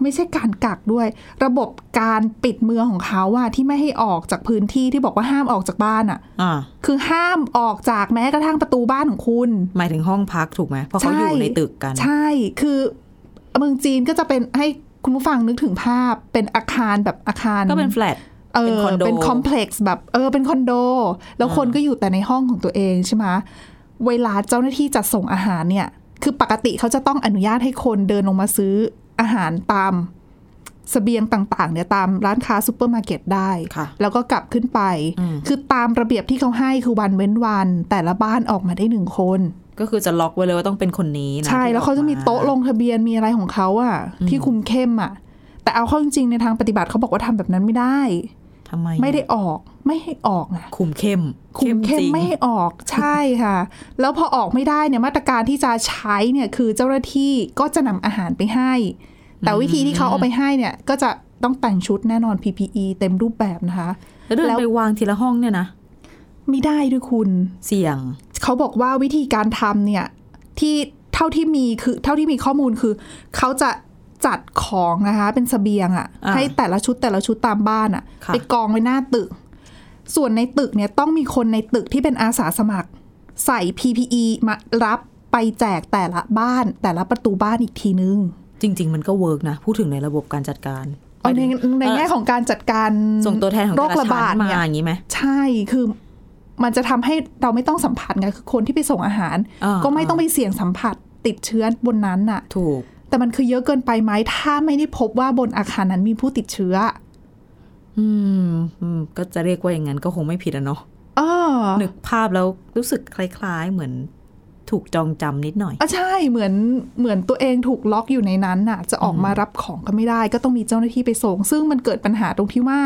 C: ไม่ใช่การกักด้วย ระบบการปิดเมืองของเขาอะที่ไม่ให้ออกจากพื้นที่ที่บอกว่าห้ามออกจากบ้านอะ
B: อ่า
C: คือห้ามออกจากแม้กระทั่งประตูบ้านของคุณ
B: หมายถึงห้องพักถูกไหมเพราะเขา
C: ใช่
B: อยู่ในตึกกัน
C: ใช่ คือเมืองจีนก็จะเป็นให้คุณผู้ฟังนึกถึงภาพเป็นอาคารแบบอาคาร
B: ก็เป็นแฟลต
C: เอ
B: เป็น
C: อ
B: คอนโด
C: เป็นคอมเพล็กซ์แบบเออเป็นคอนโด แล้วคนก็อยู่แต่ในห้องของตัวเองใช่ไหมเวลาเจ้าหน้าที่จัดส่งอาหารเนี่ย คือปกติเขาจะต้องอนุญาตให้คนเดินลงมาซื้ออาหารตามเสบียงต่างๆเนี่ยตามร้านค้าซูเปอร์มาร์เก็ตได้
B: ค่ะ
C: แล้วก็กลับขึ้นไป
B: อืม
C: คือตามระเบียบที่เขาให้คือวันเว้นวัน แต่ละบ้านออกมาได้หนึ่งคน
B: ก็คือจะล็อกไว้เลยว่าต้องเป็นคนนี้นะ
C: ใช่
B: ที่
C: แล้วเขาจะมีโต๊ะลงทะเบียนมีอะไรของเขาอะที่คุมเข้มอะแต่เอาเข้าจริงๆในทางปฏิบัติเขาบอกว่าทำแบบนั้นไม่ได้
B: ทำไม
C: ไม่ได้ออกไม่ให้ออกนะ
B: คุมเข้ม
C: คุมเข้ม
B: จริง
C: ไม่ให้อ อกใช่ค่ะ แล้วพอออกไม่ได้เนี่ยมาตรการที่จะใช้เนี่ยคือเจ้าหน้าที่ก็จะนำอาหารไปให้ แต่วิธีที่เขาเอาไปให้เนี่ยก็จะต้องแต่งชุดแน่นอน PPE เต็มรูปแบบนะคะ
B: แล้วเดิน
C: แล้ว
B: ไปวางทีละห้องเนี่ยนะ
C: ไม่ได้ด้วยคุณ
B: เสี่ยง
C: เขาบอกว่าวิธีการทำเนี่ยที่เท่าที่มีคือเท่าที่มีข้อมูลคือ เขาจะจัดของนะคะเป็นเสบียงอะ
B: อ่า
C: ่ะให้แต่ละชุดแต่ละชุดตามบ้านอะ
B: ค่ะ
C: ่ะไปกองไว้หน้าตึก ส่วนในตึกเนี่ยต้องมีคนในตึกที่เป็นอาสาสมัคร ใส่ PPE มารับไปแจกแต่ละบ้าน แต่ละประตูบ้านอีกทีนึง
B: จริง ๆ มันก็เวิร์กนะ พูดถึงในระบบการจัดการ
C: เอาในใน
B: เอ่อ
C: แง่ของการจัดการ
B: ส่งตัวแทนของ
C: โร
B: แต่
C: ค
B: ละ
C: ระบา
B: ชั้
C: ด
B: นมา
C: เนี่ย
B: อย่างนี้ไหม
C: ใช่คือมันจะทำให้เราไม่ต้องสัมผัสไงคือคนที่ไปส่งอาหาร
B: อ่า
C: ก็ไม่ต้องไปเสี่ยงสัมผัสติดเชื้อบนนั้นน่ะ
B: ถูก
C: แต่มันคือเยอะเกินไปไหมถ้าไม่ได้พบว่าบนอาคารนั้นมีผู้ติดเชื้อ
B: อืมอืมก็จะเรียกว่าอย่างนั้นก็คงไม่ผิดอะเนาะ
C: เออ
B: นึกภาพแล้วรู้สึกคล้าย ๆ เหมือนถูกจองจำนิดหน่อย
C: อ่ะใช่เหมือนเหมือนตัวเองถูกล็อกอยู่ในนั้นน่ะ จะออกมารับของก็ไม่ได้ ก็ต้องมีเจ้าหน้าที่ไปส่ง ซึ่งมันเกิดปัญหาตรงที่ว่า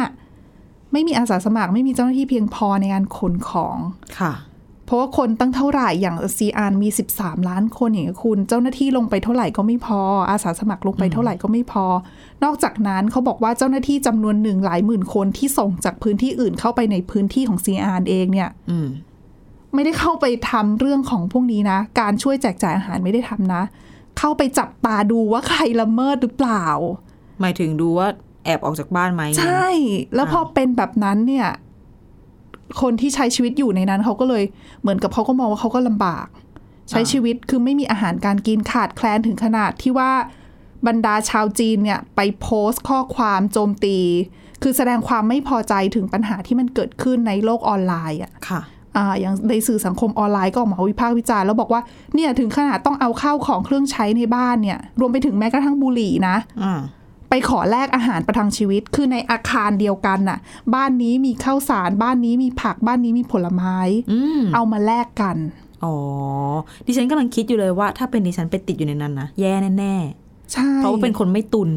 C: ไม่มีอาสาสมัครไม่มีเจ้าหน้าที่เพียงพอในการขนของ
B: ค่ะ
C: เพราะว่าคนตั้งเท่าไหร่อย่างซีอาร์มี 13 ล้านคนอย่างเงี้ยคุณ เจ้าหน้าที่ลงไปเท่าไหร่ก็ไม่พอ อาสาสมัครลงไปเท่าไหร่ก็ไม่พอ นอกจากนั้นเขาบอกว่าเจ้าหน้าที่จำนวนหนึ่งหลายหมื่นคนที่ส่งจากพื้นที่อื่นเข้าไปในพื้นที่ของซีอาร์เองเนี่ย
B: อืม
C: ไม่ได้เข้าไปทำเรื่องของพวกนี้นะ การช่วยแจกจ่ายอาหารไม่ได้ทำนะ เข้าไปจับตาดูว่าใครละเมิดหรือเปล่า
B: หมายถึงดูว่าแอบออกจากบ้านไหม
C: ใช่ แล้วพอเป็นแบบนั้นเนี่ย คนที่ใช้ชีวิตอยู่ในนั้นเขาก็เลยเหมือนกับเขาก็มองว่าเขาก็ลำบาก ใช้ชีวิตคือไม่มีอาหารการกินขาดแคลนถึงขนาดที่ว่าบรรดาชาวจีนเนี่ยไปโพสต์ข้อความโจมตี คือแสดงความไม่พอใจถึงปัญหาที่มันเกิดขึ้นในโลกออนไลน์อ่ะ
B: ค่ะ
C: อ่าอย่างในสื่อสังคมออนไลน์ก็ออกมาวิพากษ์วิจารณ์แล้วบอกว่าเนี่ยถึงขนาดต้องเอาข้าวของเครื่องใช้ในบ้านเนี่ย รวมไปถึงแม้กระทั่งบุหรี่นะ
B: อ่า
C: ไปขอแลกอาหารประทังชีวิต คือในอาคารเดียวกันน่ะ บ้านนี้มีข้าวสาร บ้านนี้มีผักบ้านนี้มีผลไม้
B: อืม
C: เอามาแลกกัน
B: อ๋อ ดิฉันกำลังคิดอยู่เลยว่า ถ้าเป็นดิฉันไปติดอยู่ในนั้นนะแย่แน่ๆ
C: ใช่
B: เพราะว่าเป็นคนไม่ตุน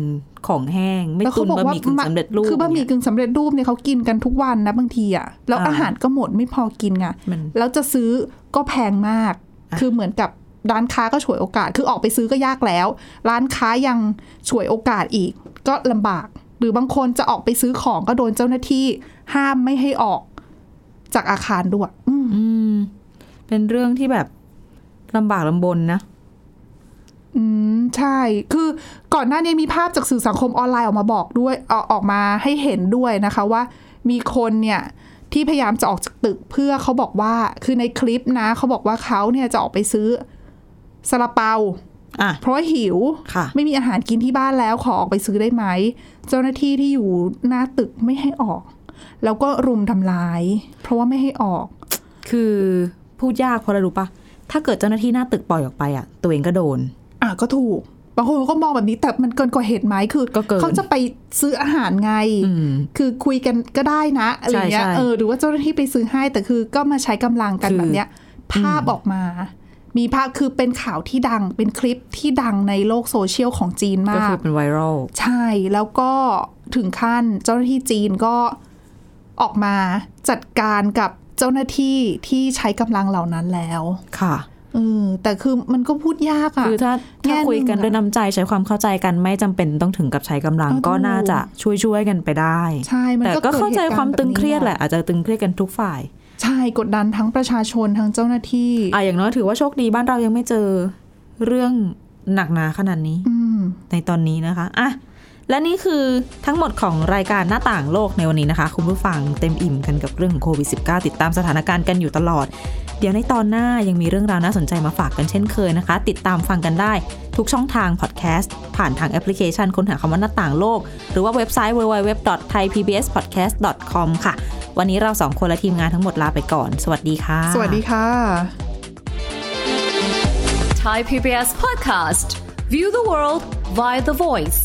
B: ของแห้ง ไม่
C: แล้ว
B: ตุ
C: เขา
B: น
C: บอก
B: บะห
C: ว่า
B: มี่กึ่งสำเร็จรูป
C: คือบะหมี่
B: เนี่ย
C: กึ่งสำเร็จรูปเนี่ยเขากินกันทุกวันนะบางทีอ่ะแล้ว
B: อ่า
C: อาหารก็หมดไม่พอกินไง
B: มัน
C: แล้วจะซื้อก็แพงมาก
B: อ่ะ
C: คือเหมือนกับร้านค้าก็ฉวยโอกาส คือออกไปซื้อก็ยากแล้ว ร้านค้ายังฉวยโอกาสอีก ก็ลำบาก หรือบางคนจะออกไปซื้อของก็โดนเจ้าหน้าที่ห้ามไม่ให้ออกจากอาคารด้วยอืม
B: อืม เป็นเรื่องที่แบบลำบากลำบนนะ
C: อืมใช่ คือก่อนหน้านี้มีภาพจากสื่อสังคมออนไลน์ออกมาบอกด้วยเออออกมาให้เห็นด้วยนะคะว่ามีคนเนี่ยที่พยายามจะออกจากตึกเพื่อเขาบอกว่าคือในคลิปนะเขาบอกว่าเขาเนี่ยจะออกไปซื้อซาลาเปา
B: อ่ะ
C: เพราะว่าหิว
B: ค่ะ
C: ไม่มีอาหารกินที่บ้านแล้วขอออกไปซื้อได้ไหม เจ้าหน้าที่ที่อยู่หน้าตึกไม่ให้ออก แล้วก็รุมทำร้าย เพราะว่าไม่ให้ออก
B: คือพูดยากเพราะอะไรรู้ปะถ้าเกิดเจ้าหน้าที่หน้าตึกปล่อยออกไปอ่ะ ตัวเองก็โดน
C: อ่ะก็ถูก บางคนก็มองแบบนี้แต่มันเกินกว่าเหตุไหมคือ
B: ก็เกิน
C: เขาจะไปซื้ออาหารไง
B: อืม
C: คือคุยกันก็ได้นะอะไรเงี้ย
B: ใช่ใช่
C: เออหรือว่าเจ้าหน้าที่ไปซื้อให้แต่คือก็มาใช้กำลังกัน
B: คือ
C: แบบเนี้ย ภาพออกมา มีภาพคือเป็นข่าวที่ดัง เป็นคลิปที่ดังในโลกโซเชียลของจีน
B: ก็
C: มา
B: คื
C: ก
B: อเป็นไวรัล
C: ใช่แล้วก็ ถึงขั้นเจ้าหน้าที่จีนก็ออกมาจัดการกับเจ้าหน้าที่ที่ใช้กำลังเหล่านั้นแล้ว
B: ค่ะ
C: เออแต่คือมันก็พูดยากอะ
B: คือถ้าถ้า
C: แง่หง
B: คุยกันด้วย
C: อะ
B: น้ำใจใช้ความเข้าใจกันไม่จำเป็นต้องถึงกับใช้กำลัง
C: เออ
B: ก็
C: ถูก
B: น่าจะช่วยช่วยๆกันไปได้
C: ใช่มัน
B: แต่ก็
C: ก็กิด
B: เข้าใจ
C: หตุก
B: ความ
C: แบบ
B: ตึงเครียด
C: นี้อะ
B: แหละอาจจะตึงเครียดกันทุกฝ่าย
C: ใช่กดดันทั้งประชาชนทั้งเจ้าหน้าที่
B: อ่ะอย่างน้อยถือว่าโชคดีบ้านเรายังไม่เจอเรื่องหนักหนาขนาดนี้
C: อืม
B: ในตอนนี้นะคะอ่ะและนี่คือทั้งหมดของรายการหน้าต่างโลกในวันนี้นะคะ คุณผู้ฟังเต็มอิ่มกันกับเรื่องของโควิด -19 ติดตามสถานการณ์กันอยู่ตลอด เดี๋ยวในตอนหน้ายังมีเรื่องราวน่าสนใจมาฝากกันเช่นเคยนะคะ ติดตามฟังกันได้ทุกช่องทางพอดแคสต์ ผ่านทางแอปพลิเคชันค้นหาคำว่าหน้าต่างโลก หรือว่าเว็บไซต์ www.thaipbspodcast.com ค่ะ วันนี้เราสองคนและทีมงานทั้งหมดลาไปก่อน สวัสดีค่ะ
C: สวัสดีค่ะ
D: Thai PBS podcast. View the world via the voice.